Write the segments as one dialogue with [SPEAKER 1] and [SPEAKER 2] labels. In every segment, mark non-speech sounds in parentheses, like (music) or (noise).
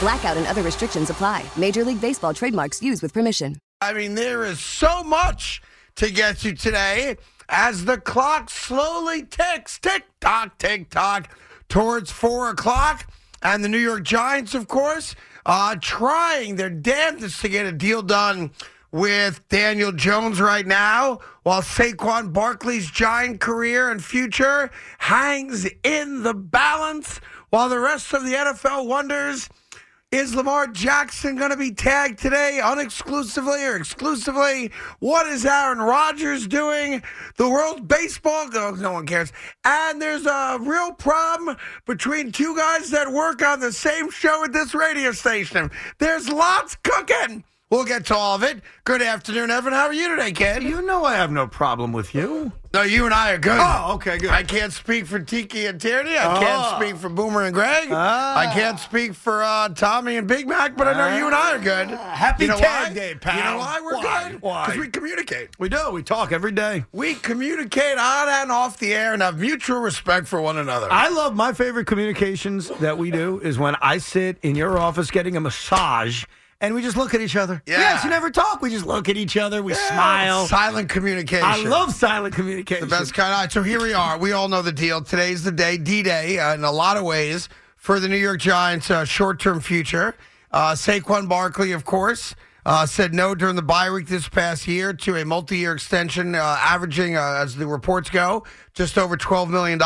[SPEAKER 1] Blackout and other restrictions apply. Major League Baseball trademarks used with permission.
[SPEAKER 2] I mean, there is so much to get to today as the clock slowly ticks, tick tock, tick tock, towards four o'clock. And the New York Giants, of course, uh, trying their damnedest to get a deal done with Daniel Jones right now, while Saquon Barkley's giant career and future hangs in the balance, while the rest of the NFL wonders. Is Lamar Jackson going to be tagged today, unexclusively or exclusively? What is Aaron Rodgers doing? The World Baseball, no, no one cares. And there's a real problem between two guys that work on the same show at this radio station. There's lots cooking. We'll get to all of it. Good afternoon, Evan. How are you today, kid?
[SPEAKER 3] You know I have no problem with you.
[SPEAKER 2] No, you and I are good.
[SPEAKER 3] Oh, okay, good.
[SPEAKER 2] Uh,
[SPEAKER 3] Oh.
[SPEAKER 2] I can't speak for Tiki and Tierney. I can't speak for Boomer and Greg.
[SPEAKER 3] Ah.
[SPEAKER 2] I can't speak for uh, Tommy and Big Mac, but I know you and I are good.
[SPEAKER 3] Ah, Happy
[SPEAKER 2] you know
[SPEAKER 3] Tag
[SPEAKER 2] why?
[SPEAKER 3] Day,
[SPEAKER 2] You know
[SPEAKER 3] pal.
[SPEAKER 2] why we're
[SPEAKER 3] Why?
[SPEAKER 2] good?
[SPEAKER 3] Why?
[SPEAKER 2] Because we communicate.
[SPEAKER 3] We do. We talk every day.
[SPEAKER 2] We communicate on and off the air and have mutual respect for one another.
[SPEAKER 3] I love my favorite communications that we do is when I sit in your office getting a massage and we just look at each other.
[SPEAKER 2] Yeah.
[SPEAKER 3] Yes, you never talk. We just look at each other. We smile.
[SPEAKER 2] Silent communication.
[SPEAKER 3] I love silent communication.
[SPEAKER 2] The best kind. All right, so here we are. We all know the deal. Today's the day, D Day, uh, in a lot of ways, for the New York Giants' uh, short term future. Uh, Saquon Barkley, of course, uh, said no during the bye week this past year to a multi year extension, uh, averaging, uh, as the reports go, just over $12 million.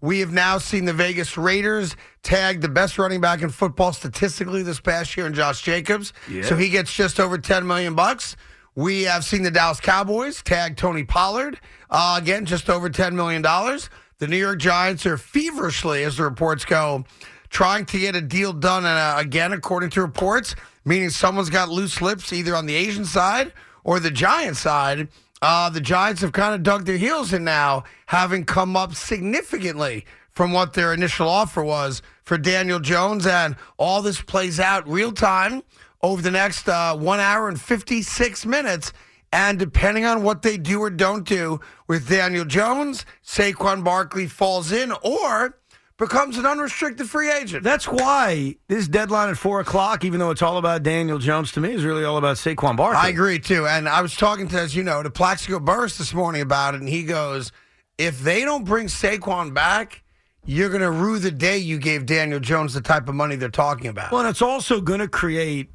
[SPEAKER 2] We have now seen the Vegas Raiders tag the best running back in football statistically this past year in Josh Jacobs. So he gets just over 10 million bucks. We have seen the Dallas Cowboys tag Tony Pollard uh, again, just over ten million dollars. The New York Giants are feverishly, as the reports go, trying to get a deal done. And uh, again, according to reports, meaning someone's got loose lips either on the Asian side or the Giants side. Uh, the Giants have kind of dug their heels in now, having come up significantly from what their initial offer was for Daniel Jones. And all this plays out real time over the next uh, one hour and 56 minutes. And depending on what they do or don't do with Daniel Jones, Saquon Barkley falls in or becomes an unrestricted free agent.
[SPEAKER 3] That's why this deadline at four o'clock, even though it's all about Daniel Jones to me, is really all about Saquon Barkley.
[SPEAKER 2] I agree too. And I was talking to, as you know, to Plaxico Burris this morning about it, and he goes, if they don't bring Saquon back, you're going to rue the day you gave Daniel Jones the type of money they're talking about.
[SPEAKER 3] Well, and it's also going to create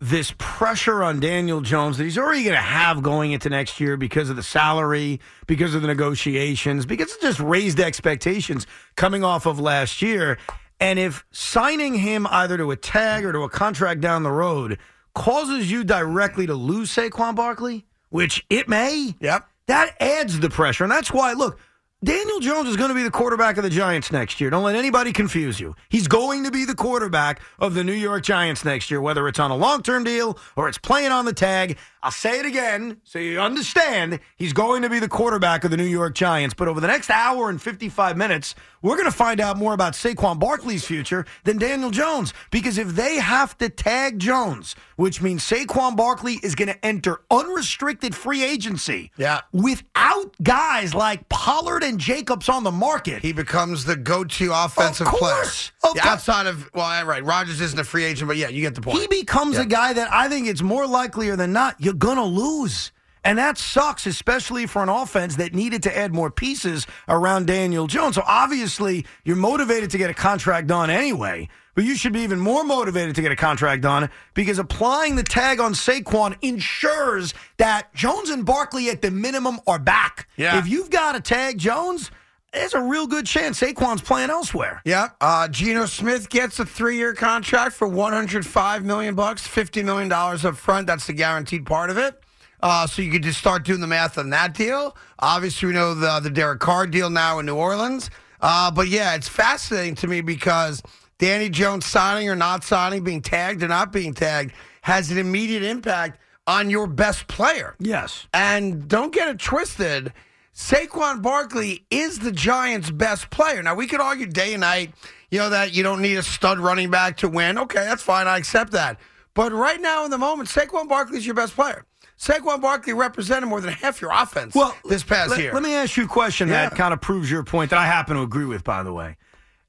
[SPEAKER 3] this pressure on Daniel Jones that he's already going to have going into next year because of the salary, because of the negotiations, because it just raised expectations coming off of last year. And if signing him either to a tag or to a contract down the road causes you directly to lose Saquon Barkley, which it may,
[SPEAKER 2] Yep.
[SPEAKER 3] that adds the pressure. And that's why, look, Daniel Jones is going to be the quarterback of the Giants next year. Don't let anybody confuse you. He's going to be the quarterback of the New York Giants next year, whether it's on a long term deal or it's playing on the tag. I'll say it again so you understand he's going to be the quarterback of the New York Giants. But over the next hour and 55 minutes, we're going to find out more about Saquon Barkley's future than Daniel Jones. Because if they have to tag Jones, which means Saquon Barkley is going to enter unrestricted free agency
[SPEAKER 2] Yeah.
[SPEAKER 3] without guys like Pollard and Jacobs on the market.
[SPEAKER 2] He becomes the go-to offensive
[SPEAKER 3] Of course,
[SPEAKER 2] player.
[SPEAKER 3] of
[SPEAKER 2] Yeah,
[SPEAKER 3] course.
[SPEAKER 2] outside of well, all right, Rogers isn't a free agent, but yeah, you get the point.
[SPEAKER 3] He becomes
[SPEAKER 2] Yeah.
[SPEAKER 3] a guy that I think it's more likelier than not you're going to lose. And that sucks, especially for an offense that needed to add more pieces around Daniel Jones. So obviously, you're motivated to get a contract done anyway, but you should be even more motivated to get a contract done because applying the tag on Saquon ensures that Jones and Barkley at the minimum are back.
[SPEAKER 2] Yeah.
[SPEAKER 3] If you've got to tag Jones, there's a real good chance Saquon's playing elsewhere.
[SPEAKER 2] Yeah, uh, Geno Smith gets a three-year contract for 105 million bucks, 50 million dollars up front. That's the guaranteed part of it. Uh, so you could just start doing the math on that deal. Obviously, we know the the Derek Carr deal now in New Orleans. Uh, but yeah, it's fascinating to me because Danny Jones signing or not signing, being tagged or not being tagged, has an immediate impact on your best player.
[SPEAKER 3] Yes.
[SPEAKER 2] And don't get it twisted. Saquon Barkley is the Giants' best player. Now, we could argue day and night, you know, that you don't need a stud running back to win. Okay, that's fine. I accept that. But right now, in the moment, Saquon Barkley is your best player. Saquon Barkley represented more than half your offense this past
[SPEAKER 3] let,
[SPEAKER 2] year.
[SPEAKER 3] Let me ask you a question
[SPEAKER 2] Yeah.
[SPEAKER 3] that kind of proves your point that I happen to agree with, by the way.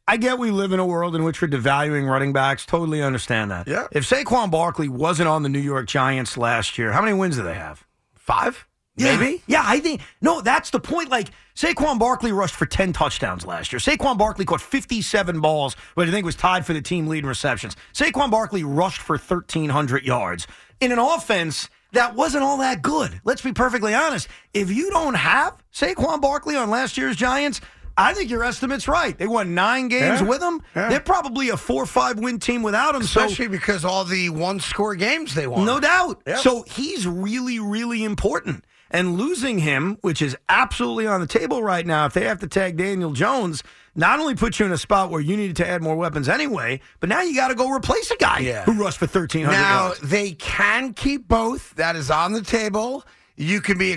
[SPEAKER 3] I get we live in a world in which we're devaluing running backs. Totally understand that.
[SPEAKER 2] Yeah.
[SPEAKER 3] If Saquon Barkley wasn't on the New York Giants last year, how many wins do they have?
[SPEAKER 2] Five?
[SPEAKER 3] Yeah.
[SPEAKER 2] Maybe?
[SPEAKER 3] Yeah, I think. No, that's the point. Like, Saquon Barkley rushed for 10 touchdowns last year. Saquon Barkley caught 57 balls, which I think was tied for the team lead in receptions. Saquon Barkley rushed for 1,300 yards in an offense that wasn't all that good. Let's be perfectly honest. If you don't have Saquon Barkley on last year's Giants, I think your estimate's right. They won nine games
[SPEAKER 2] Yeah.
[SPEAKER 3] with him.
[SPEAKER 2] Yeah.
[SPEAKER 3] They're probably a four or five win team without him. so
[SPEAKER 2] Especially because all the one score games they won.
[SPEAKER 3] no doubt.
[SPEAKER 2] Yeah.
[SPEAKER 3] So he's really, really important. And losing him, which is absolutely on the table right now, if they have to tag Daniel Jones, not only puts you in a spot where you needed to add more weapons anyway, but now you got to go replace a guy
[SPEAKER 2] Yeah.
[SPEAKER 3] who rushed for 1,300
[SPEAKER 2] Now,
[SPEAKER 3] yards.
[SPEAKER 2] they can keep both. That is on the table. You can be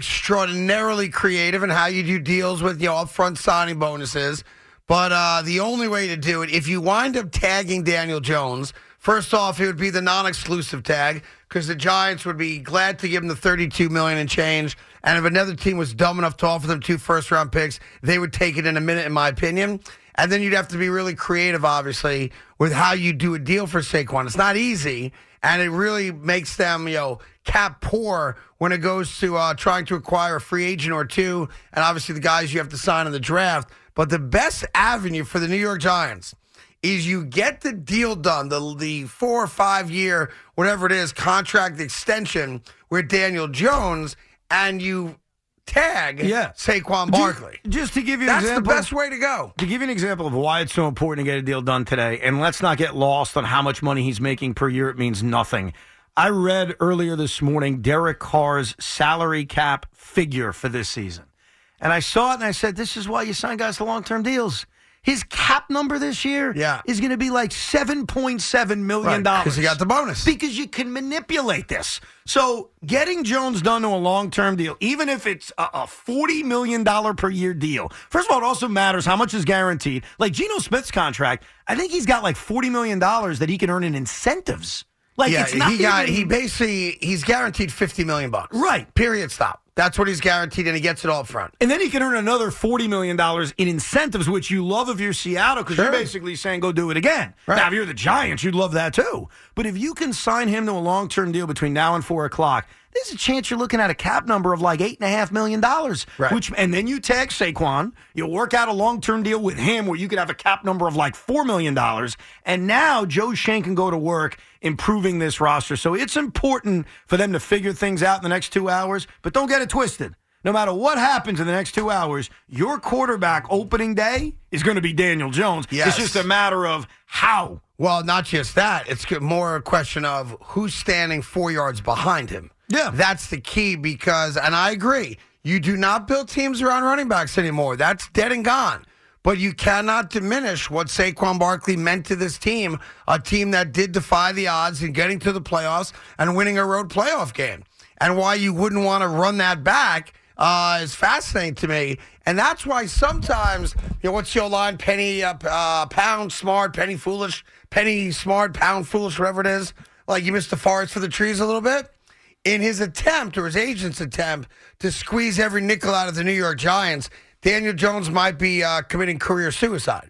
[SPEAKER 2] extraordinarily creative in how you do deals with your upfront signing bonuses. But uh, the only way to do it, if you wind up tagging Daniel Jones, first off, it would be the non-exclusive tag because the Giants would be glad to give him the 32 million and change. And if another team was dumb enough to offer them two first-round picks, they would take it in a minute, in my opinion. And then you'd have to be really creative, obviously, with how you do a deal for Saquon. It's not easy, and it really makes them, you know, cap poor when it goes to uh, trying to acquire a free agent or two, and obviously the guys you have to sign in the draft. But the best avenue for the New York Giants is you get the deal done, the the four or five year, whatever it is, contract extension with Daniel Jones, and you tag
[SPEAKER 3] Yeah.
[SPEAKER 2] Saquon Barkley.
[SPEAKER 3] Just to give you an
[SPEAKER 2] That's the
[SPEAKER 3] example-
[SPEAKER 2] best way to go.
[SPEAKER 3] To give you an example of why it's so important to get a deal done today, and let's not get lost on how much money he's making per year, it means nothing. I read earlier this morning Derek Carr's salary cap figure for this season. And I saw it and I said, this is why you sign guys to long term deals. His cap number this year
[SPEAKER 2] Yeah.
[SPEAKER 3] is going to be like $7.7 million.
[SPEAKER 2] Because he got the bonus.
[SPEAKER 3] Because you can manipulate this. So getting Jones done to a long term deal, even if it's a, a $40 million per year deal, first of all, it also matters how much is guaranteed. Like Geno Smith's contract, I think he's got like $40 million that he can earn in incentives. Like
[SPEAKER 2] yeah,
[SPEAKER 3] it's not
[SPEAKER 2] he got
[SPEAKER 3] even-
[SPEAKER 2] he basically he's guaranteed fifty million bucks.
[SPEAKER 3] Right.
[SPEAKER 2] Period. Stop. That's what he's guaranteed, and he gets it all up front.
[SPEAKER 3] And then he can earn another $40 million in incentives, which you love if you're Seattle because
[SPEAKER 2] Sure.
[SPEAKER 3] you're basically saying, go do it again.
[SPEAKER 2] Right.
[SPEAKER 3] Now, if you're the Giants, you'd love that too. But if you can sign him to a long term deal between now and four o'clock, there's a chance you're looking at a cap number of like $8.5 million.
[SPEAKER 2] Right.
[SPEAKER 3] Which, and then you tag Saquon, you work out a long term deal with him where you could have a cap number of like $4 million. And now Joe Shane can go to work improving this roster. So it's important for them to figure things out in the next two hours, but don't get it twisted. No matter what happens in the next two hours, your quarterback opening day is going to be Daniel Jones.
[SPEAKER 2] Yes.
[SPEAKER 3] It's just a matter of how.
[SPEAKER 2] Well, not just that. It's g- more a question of who's standing four yards behind him.
[SPEAKER 3] Yeah.
[SPEAKER 2] That's the key because, and I agree, you do not build teams around running backs anymore. That's dead and gone. But you cannot diminish what Saquon Barkley meant to this team, a team that did defy the odds in getting to the playoffs and winning a road playoff game. And why you wouldn't want to run that back uh, is fascinating to me. And that's why sometimes, you know, what's your line? Penny uh, p- uh, pound smart, penny foolish, penny smart, pound foolish, whatever it is. Like you missed the forest for the trees a little bit. In his attempt, or his agent's attempt, to squeeze every nickel out of the New York Giants, Daniel Jones might be uh, committing career suicide.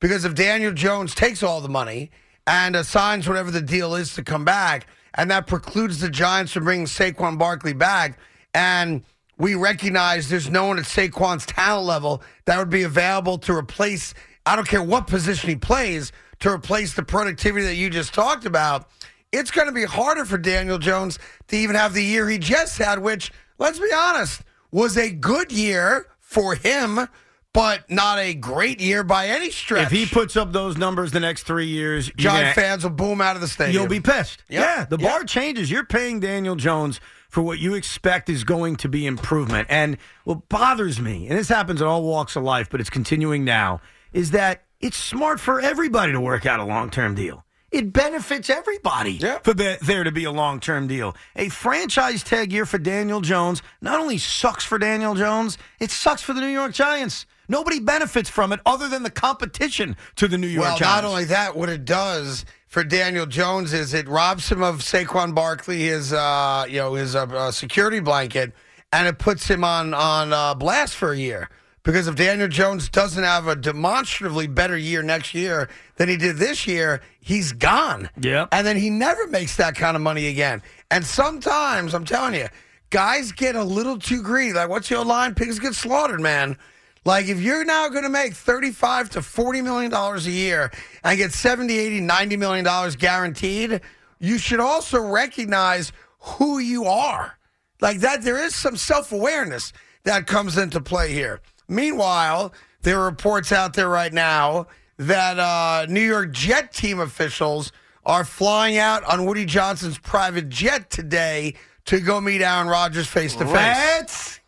[SPEAKER 2] Because if Daniel Jones takes all the money and assigns whatever the deal is to come back, and that precludes the Giants from bringing Saquon Barkley back, and we recognize there's no one at Saquon's talent level that would be available to replace. I don't care what position he plays to replace the productivity that you just talked about. It's going to be harder for Daniel Jones to even have the year he just had, which, let's be honest, was a good year for him, but not a great year by any stretch.
[SPEAKER 3] If he puts up those numbers the next three years, you're
[SPEAKER 2] Giant
[SPEAKER 3] gonna-
[SPEAKER 2] fans will boom out of the stadium.
[SPEAKER 3] You'll be pissed.
[SPEAKER 2] Yep.
[SPEAKER 3] Yeah, the
[SPEAKER 2] Yep.
[SPEAKER 3] bar changes. You're paying Daniel Jones for what you expect is going to be improvement. And what bothers me, and this happens in all walks of life, but it's continuing now, is that it's smart for everybody to work out a long term deal. It benefits everybody
[SPEAKER 2] Yep.
[SPEAKER 3] for be- there to be a long term deal. A franchise tag year for Daniel Jones not only sucks for Daniel Jones, it sucks for the New York Giants. Nobody benefits from it other than the competition to the New York
[SPEAKER 2] Well,
[SPEAKER 3] Giants.
[SPEAKER 2] not only that, what it does for Daniel Jones is it robs him of Saquon Barkley, his uh, you know his uh, uh, security blanket, and it puts him on on uh, blast for a year. Because if Daniel Jones doesn't have a demonstratively better year next year than he did this year, he's gone.
[SPEAKER 3] Yep.
[SPEAKER 2] And then he never makes that kind of money again. And sometimes, I'm telling you, guys get a little too greedy. Like, what's your line? Pigs get slaughtered, man. Like, if you're now going to make 35 to $40 million dollars a year and get 70, 80, 90 million dollars guaranteed, you should also recognize who you are. Like that, there is some self awareness that comes into play here. Meanwhile, there are reports out there right now that uh, New York Jet team officials are flying out on Woody Johnson's private jet today to go meet Aaron Rodgers face to face.
[SPEAKER 3] Let's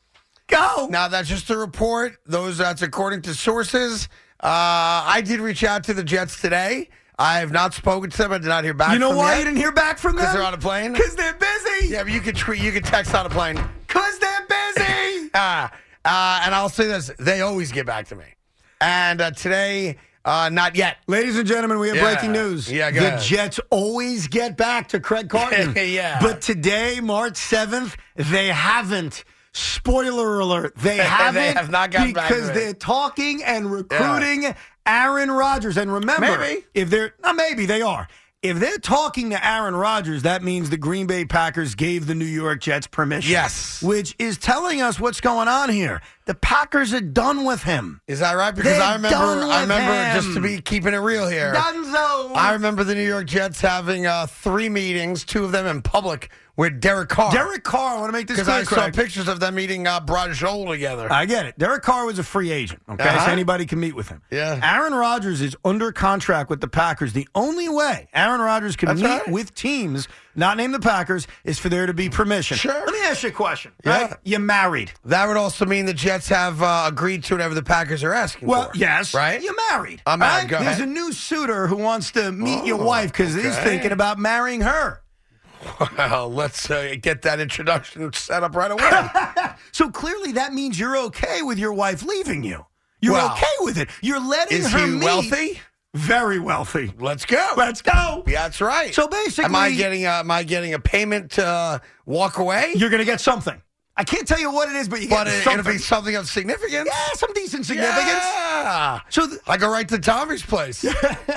[SPEAKER 3] go.
[SPEAKER 2] Now, that's just a report. Those that's according to sources. Uh, I did reach out to the Jets today. I have not spoken to them. I did not hear back.
[SPEAKER 3] You know
[SPEAKER 2] from
[SPEAKER 3] why
[SPEAKER 2] yet.
[SPEAKER 3] you didn't hear back from them?
[SPEAKER 2] 'Cause they're on a plane?
[SPEAKER 3] Because they're busy.
[SPEAKER 2] Yeah, but you could tweet. You could text on a plane.
[SPEAKER 3] Because they're busy.
[SPEAKER 2] Ah, uh, and I'll say this: they always get back to me. And uh, today, uh, not yet.
[SPEAKER 3] Ladies and gentlemen, we have
[SPEAKER 2] Yeah.
[SPEAKER 3] breaking news.
[SPEAKER 2] Yeah, go
[SPEAKER 3] the
[SPEAKER 2] ahead.
[SPEAKER 3] Jets always get back to Craig Carton.
[SPEAKER 2] (laughs) Yeah.
[SPEAKER 3] But today, March 7th, they haven't. Spoiler alert,
[SPEAKER 2] (laughs)
[SPEAKER 3] they haven't.
[SPEAKER 2] have not gotten back to
[SPEAKER 3] Because
[SPEAKER 2] it.
[SPEAKER 3] they're talking and recruiting Aaron Rodgers. And remember,
[SPEAKER 2] Maybe.
[SPEAKER 3] if they're, not maybe, they are. If they're talking to Aaron Rodgers, that means the Green Bay Packers gave the New York Jets permission.
[SPEAKER 2] Yes.
[SPEAKER 3] Which is telling us what's going on here. The Packers are done with him.
[SPEAKER 2] Is that right? Because I
[SPEAKER 3] They're done
[SPEAKER 2] remember,
[SPEAKER 3] with
[SPEAKER 2] I remember, just
[SPEAKER 3] him.
[SPEAKER 2] to be keeping it real here.
[SPEAKER 3] Dunzo.
[SPEAKER 2] I remember the New York Jets having uh, three meetings, two of them in public with Derek Carr.
[SPEAKER 3] Derek Carr, I want to make this
[SPEAKER 2] because
[SPEAKER 3] clear.
[SPEAKER 2] I saw
[SPEAKER 3] Craig.
[SPEAKER 2] pictures of them eating uh, Brajol together.
[SPEAKER 3] I get it. Derek Carr was a free agent. Okay,
[SPEAKER 2] Uh-huh.
[SPEAKER 3] so anybody can meet with him.
[SPEAKER 2] Yeah.
[SPEAKER 3] Aaron Rodgers is under contract with the Packers. The only way Aaron Rodgers can
[SPEAKER 2] That's
[SPEAKER 3] meet
[SPEAKER 2] right.
[SPEAKER 3] with teams, not named the Packers, is for there to be permission.
[SPEAKER 2] Sure.
[SPEAKER 3] Let me ask you a question.
[SPEAKER 2] Yeah.
[SPEAKER 3] Right? You married?
[SPEAKER 2] that would also mean the Jets have uh, agreed to whatever the Packers are asking
[SPEAKER 3] Well,
[SPEAKER 2] for.
[SPEAKER 3] yes.
[SPEAKER 2] right?
[SPEAKER 3] You married?
[SPEAKER 2] I'm married.
[SPEAKER 3] right?
[SPEAKER 2] Go
[SPEAKER 3] There's
[SPEAKER 2] ahead.
[SPEAKER 3] a new suitor who wants to meet your
[SPEAKER 2] Oh,
[SPEAKER 3] wife because he's
[SPEAKER 2] okay.
[SPEAKER 3] thinking about marrying her.
[SPEAKER 2] (laughs) Well, let's uh, get that introduction set up
[SPEAKER 3] (laughs)
[SPEAKER 2] right away.
[SPEAKER 3] So clearly, that means you're okay with your wife leaving you. You're
[SPEAKER 2] Well,
[SPEAKER 3] okay with it. You're letting
[SPEAKER 2] Is
[SPEAKER 3] her
[SPEAKER 2] he
[SPEAKER 3] meet-
[SPEAKER 2] wealthy?
[SPEAKER 3] Very wealthy.
[SPEAKER 2] Let's go.
[SPEAKER 3] Let's go.
[SPEAKER 2] Yeah, that's right.
[SPEAKER 3] So basically-
[SPEAKER 2] am I getting a, am I getting a payment to uh, walk away?
[SPEAKER 3] you're going to get something. I can't tell you what it is, but you
[SPEAKER 2] but
[SPEAKER 3] get
[SPEAKER 2] it,
[SPEAKER 3] something.
[SPEAKER 2] it'll be something of significance.
[SPEAKER 3] yeah, some decent significance.
[SPEAKER 2] Yeah.
[SPEAKER 3] So, th-
[SPEAKER 2] I go right to Tommy's
[SPEAKER 3] (laughs)
[SPEAKER 2] place.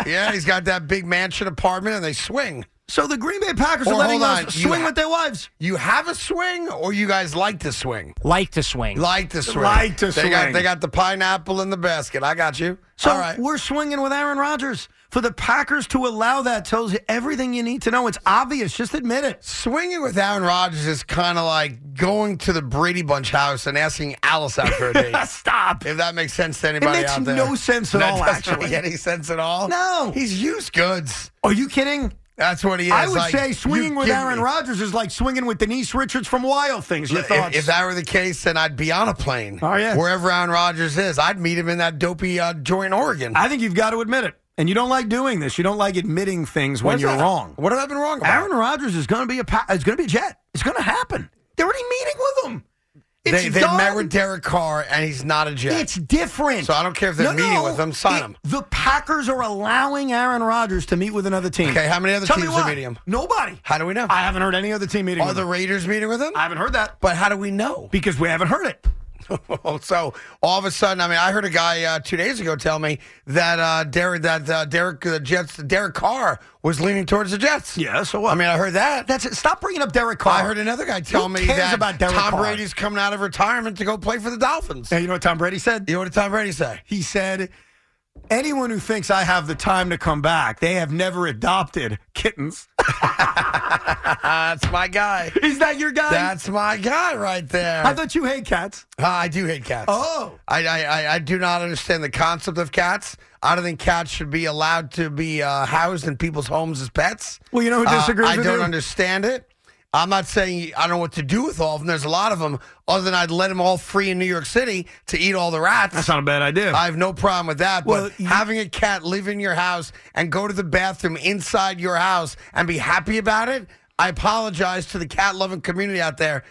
[SPEAKER 2] yeah, he's got that big mansion apartment, and they swing.
[SPEAKER 3] so the Green Bay Packers
[SPEAKER 2] Or
[SPEAKER 3] are letting
[SPEAKER 2] hold
[SPEAKER 3] us
[SPEAKER 2] on, you
[SPEAKER 3] swing
[SPEAKER 2] ha-
[SPEAKER 3] with their wives.
[SPEAKER 2] You have a swing, or you guys like to swing?
[SPEAKER 4] Like to swing.
[SPEAKER 2] Like to swing.
[SPEAKER 3] Like to
[SPEAKER 2] they Got,
[SPEAKER 3] swing.
[SPEAKER 2] they got the pineapple in the basket. I got you.
[SPEAKER 3] So
[SPEAKER 2] All right.
[SPEAKER 3] we're swinging with Aaron Rodgers. For the Packers to allow that tells you everything you need to know. It's obvious. Just admit it.
[SPEAKER 2] Swinging with Aaron Rodgers is kind of like going to the Brady Bunch house and asking Alice out for
[SPEAKER 3] (laughs)
[SPEAKER 2] a date.
[SPEAKER 3] Stop.
[SPEAKER 2] If that makes sense to anybody
[SPEAKER 3] makes
[SPEAKER 2] out there.
[SPEAKER 3] no sense at
[SPEAKER 2] That
[SPEAKER 3] all,
[SPEAKER 2] doesn't
[SPEAKER 3] actually.
[SPEAKER 2] make any sense at all.
[SPEAKER 3] No.
[SPEAKER 2] He's used goods.
[SPEAKER 3] Are you kidding?
[SPEAKER 2] That's what he is.
[SPEAKER 3] I would
[SPEAKER 2] Like,
[SPEAKER 3] say
[SPEAKER 2] you
[SPEAKER 3] swinging with
[SPEAKER 2] give
[SPEAKER 3] Aaron
[SPEAKER 2] me-
[SPEAKER 3] Rodgers is like swinging with Denise Richards from Wild Things. Your
[SPEAKER 2] If,
[SPEAKER 3] thoughts?
[SPEAKER 2] if that were the case, then I'd be on a plane.
[SPEAKER 3] Oh, yeah.
[SPEAKER 2] Wherever Aaron Rodgers is, I'd meet him in that dopey uh, joint, Oregon.
[SPEAKER 3] I think you've got to admit it. And you don't like doing this. You don't like admitting things when
[SPEAKER 2] What's
[SPEAKER 3] you're
[SPEAKER 2] that?
[SPEAKER 3] wrong.
[SPEAKER 2] What have I been wrong about?
[SPEAKER 3] Aaron Rodgers is going to be a pa- it's going to be a Jet. It's going to happen. They're already meeting with him. It's
[SPEAKER 2] they they
[SPEAKER 3] done.
[SPEAKER 2] met with Derek Carr, and he's not a Jet.
[SPEAKER 3] It's different.
[SPEAKER 2] So I don't care if they're meeting with him, sign
[SPEAKER 3] It-
[SPEAKER 2] him.
[SPEAKER 3] The Packers are allowing Aaron Rodgers to meet with another team.
[SPEAKER 2] Okay, how many other
[SPEAKER 3] Tell
[SPEAKER 2] teams
[SPEAKER 3] me
[SPEAKER 2] are
[SPEAKER 3] why.
[SPEAKER 2] meeting him?
[SPEAKER 3] Nobody.
[SPEAKER 2] How do we know?
[SPEAKER 3] I haven't heard any other team meeting.
[SPEAKER 2] Are
[SPEAKER 3] with
[SPEAKER 2] the
[SPEAKER 3] him.
[SPEAKER 2] Raiders meeting with him?
[SPEAKER 3] I haven't heard that
[SPEAKER 2] but how do we know?
[SPEAKER 3] because we haven't heard it.
[SPEAKER 2] Oh, so all of a sudden, I mean, I heard a guy uh, two days ago tell me that uh, Derek, that uh, Derek uh, Jets, Derek Carr was leaning towards the Jets.
[SPEAKER 3] Yeah, so
[SPEAKER 2] I
[SPEAKER 3] what?
[SPEAKER 2] mean, I heard that.
[SPEAKER 3] That's it. Stop bringing up Derek Carr.
[SPEAKER 2] I heard another guy
[SPEAKER 3] Who
[SPEAKER 2] tell me
[SPEAKER 3] cares
[SPEAKER 2] that
[SPEAKER 3] about Derek
[SPEAKER 2] Tom
[SPEAKER 3] Carr?
[SPEAKER 2] Brady's coming out of retirement to go play for the Dolphins.
[SPEAKER 3] Now, you know what Tom Brady said?
[SPEAKER 2] You know what did Tom Brady say?
[SPEAKER 3] He said, "Anyone who thinks I have the time to come back, they have never adopted kittens."
[SPEAKER 2] That's my guy.
[SPEAKER 3] (laughs) Is that your guy?
[SPEAKER 2] That's my guy right there.
[SPEAKER 3] I thought you hate cats.
[SPEAKER 2] Uh, I do hate cats.
[SPEAKER 3] Oh.
[SPEAKER 2] I, I I- I do not understand the concept of cats. I don't think cats should be allowed to be uh, housed in people's homes as pets.
[SPEAKER 3] Well, you know who
[SPEAKER 2] Uh,
[SPEAKER 3] disagrees
[SPEAKER 2] I
[SPEAKER 3] with
[SPEAKER 2] don't
[SPEAKER 3] you?
[SPEAKER 2] understand it. I'm not saying I don't know what to do with all of them. There's a lot of them. Other than I'd let them all free in New York City to eat all the rats.
[SPEAKER 3] not a bad idea.
[SPEAKER 2] I have no problem with that.
[SPEAKER 3] Well,
[SPEAKER 2] but
[SPEAKER 3] you-
[SPEAKER 2] having a cat live in your house and go to the bathroom inside your house and be happy about it, I apologize to the cat loving community out there.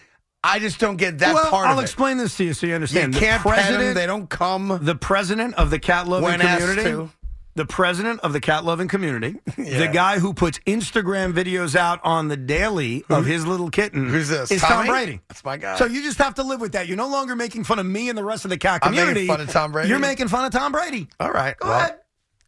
[SPEAKER 2] I just don't get that
[SPEAKER 3] well,
[SPEAKER 2] part
[SPEAKER 3] I'll
[SPEAKER 2] of it.
[SPEAKER 3] explain this to you so you
[SPEAKER 2] You
[SPEAKER 3] understand.
[SPEAKER 2] can't
[SPEAKER 3] the
[SPEAKER 2] pet
[SPEAKER 3] president,
[SPEAKER 2] them. They don't come.
[SPEAKER 3] the president of the cat loving
[SPEAKER 2] When asked
[SPEAKER 3] community.
[SPEAKER 2] to.
[SPEAKER 3] The president of the cat loving community,
[SPEAKER 2] (laughs) Yeah.
[SPEAKER 3] the guy who puts Instagram videos out on the daily of his little kitten,
[SPEAKER 2] Who's this?
[SPEAKER 3] Is Tom
[SPEAKER 2] Tommy?
[SPEAKER 3] Brady?
[SPEAKER 2] That's my guy.
[SPEAKER 3] So you just have to live with that. You're no longer making fun of me and the rest of the cat
[SPEAKER 2] I'm making
[SPEAKER 3] community.
[SPEAKER 2] fun of Tom Brady.
[SPEAKER 3] You're making fun of Tom Brady.
[SPEAKER 2] All right.
[SPEAKER 3] Go
[SPEAKER 2] well,
[SPEAKER 3] ahead.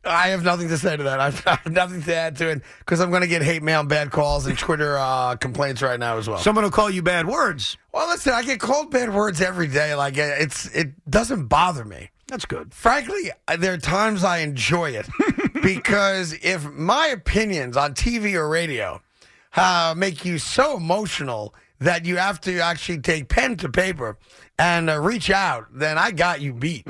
[SPEAKER 2] I have nothing to say to that. (laughs) I have nothing to add to it because I'm going to get hate mail, and bad calls, and Twitter uh, complaints right now as well.
[SPEAKER 3] Someone will call you bad words.
[SPEAKER 2] well, listen, I get called bad words every day. Like eh, it's it doesn't bother me.
[SPEAKER 3] That's good.
[SPEAKER 2] frankly, uh, there are times I
[SPEAKER 3] (laughs)
[SPEAKER 2] enjoy it because if my opinions on TV or radio uh, make you so emotional that you have to actually take pen to paper and uh, reach out, then I got
[SPEAKER 3] (laughs)
[SPEAKER 2] you beat,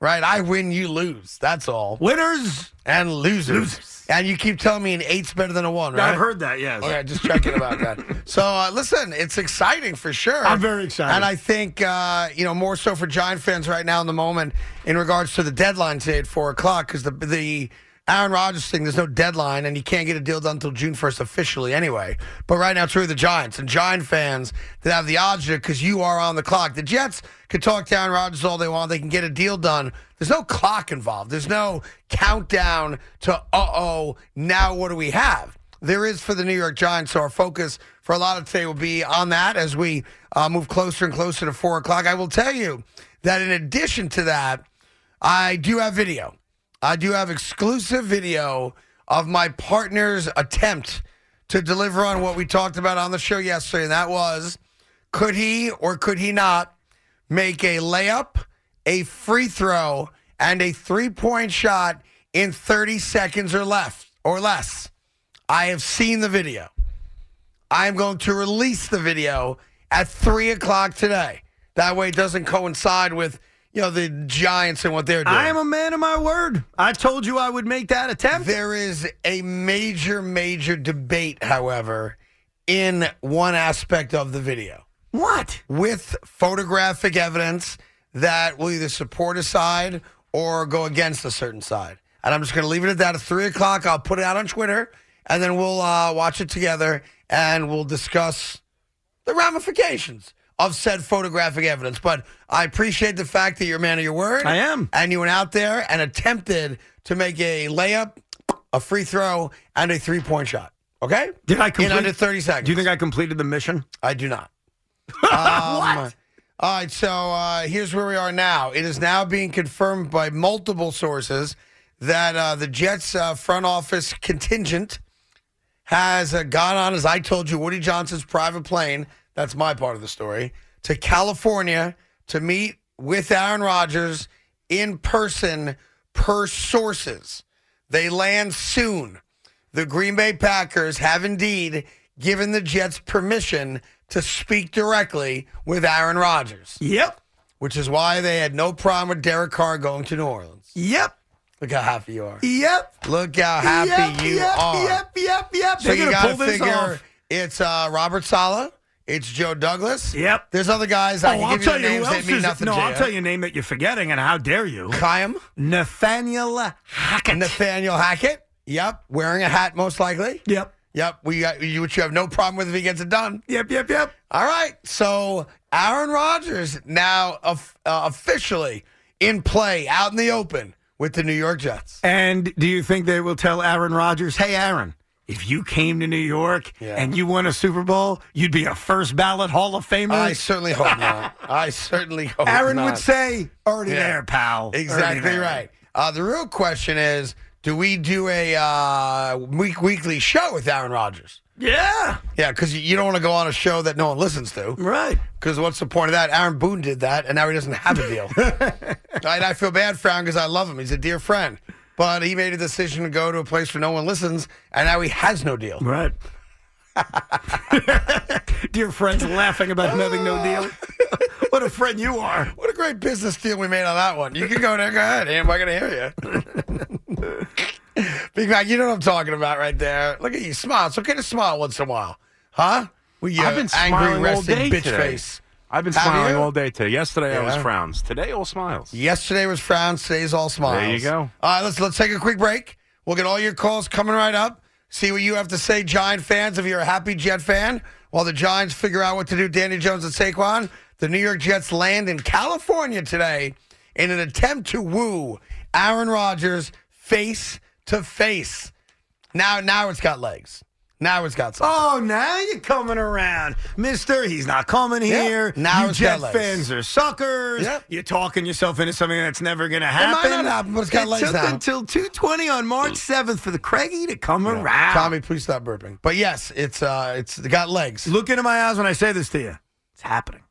[SPEAKER 2] right? I win, you lose. That's all.
[SPEAKER 3] Winners.
[SPEAKER 2] And losers. And you keep telling me an eight's better than a one, right?
[SPEAKER 3] heard that. Yes.
[SPEAKER 2] Okay, just checking about that. (laughs) So, uh, listen, it's exciting for sure.
[SPEAKER 3] I'm very excited.
[SPEAKER 2] And I think, uh, you know, more so for Giant fans right now in the moment in regards to the deadline today at 4 o'clock because the, the Aaron Rodgers thing, there's no deadline and you can't get a deal done until June 1st officially anyway. But right now, it's really the Giants and Giant fans that have the agita because you are on the clock. The Jets could talk to Aaron Rodgers all they want. They can get a deal done. There's no clock involved. There's no countdown to, uh-oh, now what do we have? there is for the New York Giants. So our focus for a lot of today will be on that as we uh, move closer and closer to four o'clock. I will tell you that in addition to that, I do have video. I do have exclusive video of my partner's attempt to deliver on what we talked about on the show yesterday, and that was could he or could he not make a layup, a free throw, and a three point shot in 30 seconds or left or less? I have seen the video. I am going to release the video at three o'clock today. That way, it doesn't coincide with you know the Giants and what they're doing.
[SPEAKER 3] I am a man of my word. I told you I would make that attempt.
[SPEAKER 2] there is a major, major debate, however, in one aspect of the video
[SPEAKER 3] what?
[SPEAKER 2] with photographic evidence that will either support a side or go against a certain side. And I'm just going to leave it at that. At three o'clock, I'll put it out on Twitter, and then we'll uh, watch it together and we'll discuss the ramifications of said photographic evidence. But I appreciate the fact that you're a man of your word.
[SPEAKER 3] I am.
[SPEAKER 2] And you went out there and attempted to make a layup, a free throw, and a three point shot. Okay?
[SPEAKER 3] Did I complete?
[SPEAKER 2] In under 30 seconds.
[SPEAKER 3] Do you think I completed the mission?
[SPEAKER 2] I do not. what? All right, so uh, here's where we are now. It is now being confirmed by multiple sources that uh, the Jets uh, front office contingent has uh, gone on, as I told you, Woody Johnson's private plane. That's my part of the story. To California to meet with Aaron Rodgers in person, per sources. They land soon. The Green Bay Packers have indeed given the Jets permission to speak directly with Aaron Rodgers,
[SPEAKER 3] Yep.
[SPEAKER 2] which is why they had no problem with Derek Carr going to New Orleans.
[SPEAKER 3] Yep.
[SPEAKER 2] Look how happy you are.
[SPEAKER 3] Yep.
[SPEAKER 2] Look how happy
[SPEAKER 3] yep,
[SPEAKER 2] you
[SPEAKER 3] yep,
[SPEAKER 2] are.
[SPEAKER 3] Yep. Yep. Yep.
[SPEAKER 2] So
[SPEAKER 3] They're
[SPEAKER 2] you
[SPEAKER 3] gonna
[SPEAKER 2] got
[SPEAKER 3] pull
[SPEAKER 2] to
[SPEAKER 3] this
[SPEAKER 2] figure
[SPEAKER 3] off. Oh,
[SPEAKER 2] it's uh, Robert Sala, it's Joe Douglas.
[SPEAKER 3] Yep.
[SPEAKER 2] There's other guys. I
[SPEAKER 3] Oh,
[SPEAKER 2] can
[SPEAKER 3] I'll
[SPEAKER 2] give
[SPEAKER 3] tell
[SPEAKER 2] you
[SPEAKER 3] you who
[SPEAKER 2] the names. that
[SPEAKER 3] else
[SPEAKER 2] mean
[SPEAKER 3] is.
[SPEAKER 2] nothing
[SPEAKER 3] no,
[SPEAKER 2] to
[SPEAKER 3] I'll
[SPEAKER 2] you.
[SPEAKER 3] tell you a name that you're forgetting, and how dare you?
[SPEAKER 2] (laughs) Chaim,
[SPEAKER 3] Nathaniel uh, Hackett.
[SPEAKER 2] Nathaniel Hackett. Yep, wearing a hat most likely.
[SPEAKER 3] yep.
[SPEAKER 2] Yep, we got you, which you have no problem with if he gets it done.
[SPEAKER 3] Yep. Yep. Yep.
[SPEAKER 2] All right. So Aaron Rodgers now of, uh, officially in play out in the open with the New York Jets.
[SPEAKER 3] And do you think they will tell Aaron Rodgers, "Hey, Aaron, if you came to New York and you won a Super Bowl, you'd be a first ballot Hall of Famer. (laughs)
[SPEAKER 2] I certainly hope not. I certainly hope
[SPEAKER 3] Aaron
[SPEAKER 2] not.
[SPEAKER 3] would say, already
[SPEAKER 2] Yeah.
[SPEAKER 3] there, pal. Already
[SPEAKER 2] Exactly
[SPEAKER 3] there."
[SPEAKER 2] right. Uh, the real question is, do we do a uh, week weekly show with Aaron Rodgers?
[SPEAKER 3] Yeah.
[SPEAKER 2] Yeah, because you don't want to go on a show that no one listens to.
[SPEAKER 3] Right.
[SPEAKER 2] Because what's the point of that? Aaron Boone did that, and now he doesn't have
[SPEAKER 4] (laughs)
[SPEAKER 2] a deal. and I feel bad for Aaron because I love him. He's a dear friend. But he made a decision to go to a place where no one listens, and now he has no deal. (laughs)
[SPEAKER 3] Right. (laughs) Dear friends laughing about him having no
[SPEAKER 2] (laughs)
[SPEAKER 3] deal. what a friend you are.
[SPEAKER 2] What a great business deal we made on that one. You can go there. Go ahead. Ain't nobody going to hear you. (laughs) Big Mac, you know what I'm talking about right there. Look at you. Smile. It's okay to smile once in a while. Huh? Well, you
[SPEAKER 4] I've been
[SPEAKER 2] angry,
[SPEAKER 4] smiling all
[SPEAKER 2] resting
[SPEAKER 4] day
[SPEAKER 2] bitch
[SPEAKER 4] today.
[SPEAKER 2] face.
[SPEAKER 4] I've been
[SPEAKER 2] Have
[SPEAKER 4] smiling
[SPEAKER 2] you?
[SPEAKER 4] all day today. Yesterday I was
[SPEAKER 2] Yeah.
[SPEAKER 4] frowns. Today all smiles.
[SPEAKER 2] Yesterday was frowns. Today's all smiles.
[SPEAKER 4] There you go.
[SPEAKER 2] All right, let's let's take a quick break. We'll get all your calls coming right up. See what you have to say, Giant fans. If you're a happy Jet fan, while the Giants figure out what to do, Danny Jones and Saquon, the New York Jets land in California today in an attempt to woo Aaron Rodgers face to face. Now, now it's got legs. Now it's got something.
[SPEAKER 3] Oh, now you're coming around. Mister, he's not coming
[SPEAKER 2] Yeah.
[SPEAKER 3] here.
[SPEAKER 2] Now
[SPEAKER 3] you
[SPEAKER 2] it's
[SPEAKER 3] Jet
[SPEAKER 2] got legs.
[SPEAKER 3] fans are suckers.
[SPEAKER 2] Yeah.
[SPEAKER 3] You're talking yourself into something that's never going to
[SPEAKER 2] might
[SPEAKER 3] happen.
[SPEAKER 2] not happen, but it's got
[SPEAKER 3] it
[SPEAKER 2] legs
[SPEAKER 3] took
[SPEAKER 2] now.
[SPEAKER 3] until 2.20 on March 7th for the Craigie to come around.
[SPEAKER 2] Tommy, please stop burping. But yes, it's uh, it's got legs.
[SPEAKER 3] Look into my eyes when I say this to you. It's happening.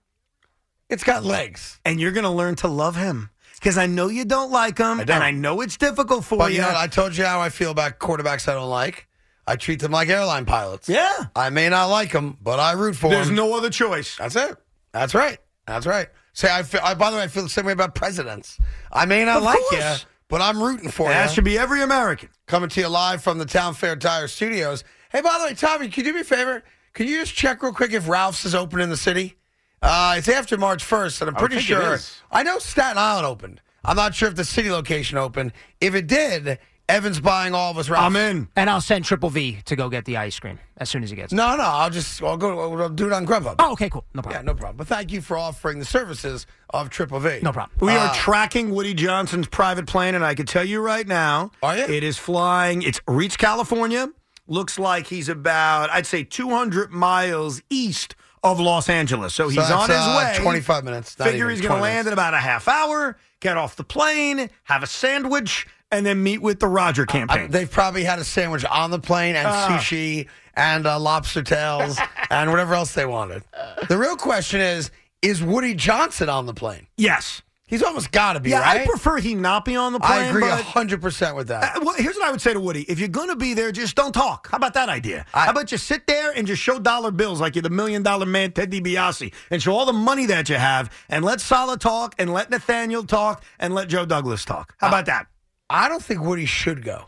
[SPEAKER 2] It's got legs.
[SPEAKER 3] and you're going to learn to love him because I know you don't like him,
[SPEAKER 2] don't.
[SPEAKER 3] and I know it's difficult for
[SPEAKER 2] But
[SPEAKER 3] you.
[SPEAKER 2] you know, what? I told you how I feel about quarterbacks I don't like. I treat them like airline pilots.
[SPEAKER 3] yeah,
[SPEAKER 2] I may not like them, but I root for
[SPEAKER 3] there's
[SPEAKER 2] them.
[SPEAKER 3] no other choice.
[SPEAKER 2] That's it. That's right. That's right. Say, I feel. I, by the way, I feel the same way about presidents. I may not
[SPEAKER 3] Of
[SPEAKER 2] like you,
[SPEAKER 3] course.
[SPEAKER 2] but I'm rooting for
[SPEAKER 3] That
[SPEAKER 2] you.
[SPEAKER 3] should be every American.
[SPEAKER 2] Coming to you live from the Town Fair Tire Studios. Hey, by the way, Tommy, can you do me a favor? Can you just check real quick if Ralph's is open in the city? Uh, it's after March 1st, and I'm
[SPEAKER 4] I would
[SPEAKER 2] pretty
[SPEAKER 4] think it
[SPEAKER 2] sure.
[SPEAKER 4] is.
[SPEAKER 2] I know Staten Island opened. I'm not sure if the city location opened. If it did, Evan's buying all of us Ralph's.
[SPEAKER 3] I'm in.
[SPEAKER 5] And I'll send Triple V to go get the ice cream as soon as he gets. it.
[SPEAKER 2] No, no, I'll just I'll go I'll do it on Grubhub.
[SPEAKER 5] Oh, okay, cool. No problem.
[SPEAKER 2] Yeah, no problem. But thank you for offering the services of Triple V.
[SPEAKER 5] No problem.
[SPEAKER 3] We
[SPEAKER 2] Ah.
[SPEAKER 3] are tracking Woody Johnson's private plane, and I can tell you right now,
[SPEAKER 2] Are you?
[SPEAKER 3] it is flying. It's reached California. Looks like he's about, I'd say, 200 miles east of Los Angeles. So he's
[SPEAKER 2] So
[SPEAKER 3] on his
[SPEAKER 2] that's, uh,
[SPEAKER 3] way.
[SPEAKER 2] 25 minutes. Not
[SPEAKER 3] Figure
[SPEAKER 2] even
[SPEAKER 3] he's going to
[SPEAKER 2] 20
[SPEAKER 3] land in about a half hour, get off the plane, have a sandwich, and then meet with the Roger campaign.
[SPEAKER 2] I- they've probably had a sandwich on the plane and
[SPEAKER 3] Ah.
[SPEAKER 2] sushi and uh,
[SPEAKER 3] (laughs)
[SPEAKER 2] lobster tails and whatever else they wanted. The real question is is Woody Johnson on the plane?
[SPEAKER 3] yes.
[SPEAKER 2] He's almost got to be,
[SPEAKER 3] Yeah,
[SPEAKER 2] right?
[SPEAKER 3] I prefer he not be on the plane.
[SPEAKER 2] I agree
[SPEAKER 3] but-
[SPEAKER 2] 100% with that.
[SPEAKER 3] Uh, well, here's what I would say to Woody: If you're going to be there, just don't talk. How about that idea?
[SPEAKER 2] I-
[SPEAKER 3] How about you sit there and just show dollar bills like you're the million dollar man, Ted DiBiase, and show all the money that you have, and let Salah talk, and let Nathaniel talk, and let Joe Douglas talk. How about that?
[SPEAKER 2] I don't think Woody should go.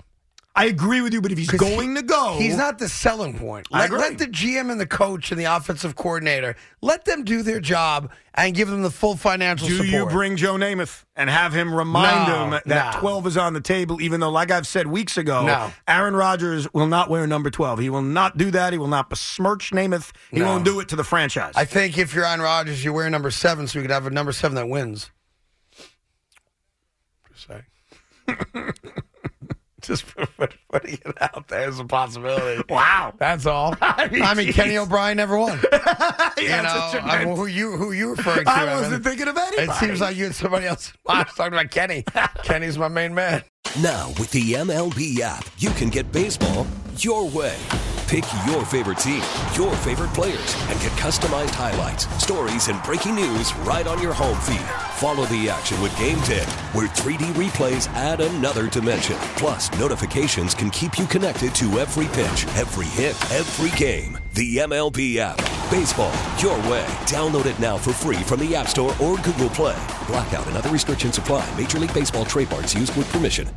[SPEAKER 3] I agree with you, but if he's
[SPEAKER 2] 'Cause
[SPEAKER 3] going
[SPEAKER 2] he-
[SPEAKER 3] to go,
[SPEAKER 2] He's not the selling point.
[SPEAKER 3] Oh. I
[SPEAKER 2] Let,
[SPEAKER 3] agree.
[SPEAKER 2] let the GM and the coach and the offensive coordinator let them do their job and give them the full financial
[SPEAKER 3] Do
[SPEAKER 2] support.
[SPEAKER 3] you bring Joe Namath and have him remind
[SPEAKER 2] No,
[SPEAKER 3] him that
[SPEAKER 2] no.
[SPEAKER 3] 12 is on the table, even though, like I've said weeks ago,
[SPEAKER 2] No.
[SPEAKER 3] Aaron Rodgers will not wear number 12. He will not do that. He will not besmirch Namath. He
[SPEAKER 2] No.
[SPEAKER 3] won't do it to the franchise.
[SPEAKER 2] I think if you're on Rodgers, you wear number seven, so you could have a number seven that wins. Just saying. (laughs) Just put- putting it out there as a possibility.
[SPEAKER 3] (laughs) wow. (laughs)
[SPEAKER 2] That's all. I mean, Kenny O'Brien never won. You know, I mean, who you who you referring to?
[SPEAKER 3] I
[SPEAKER 2] Evan?
[SPEAKER 3] wasn't thinking of anybody.
[SPEAKER 2] It seems like you had somebody else. (laughs) I was talking about
[SPEAKER 3] (laughs)
[SPEAKER 2] Kenny. Kenny's my main man.
[SPEAKER 6] Now, with the MLB app, you can get baseball your way. Pick your favorite team, your favorite players, and get customized highlights, stories, and breaking news right on your home feed. Follow the action with Game Tip, where 3D replays add another dimension. Plus, notifications can keep you connected to every pitch, every hit, every game. The MLB app. Baseball, your way. Download it now for free from the App Store or Google Play. Blackout and other restrictions apply. Major League Baseball trademarks used with permission.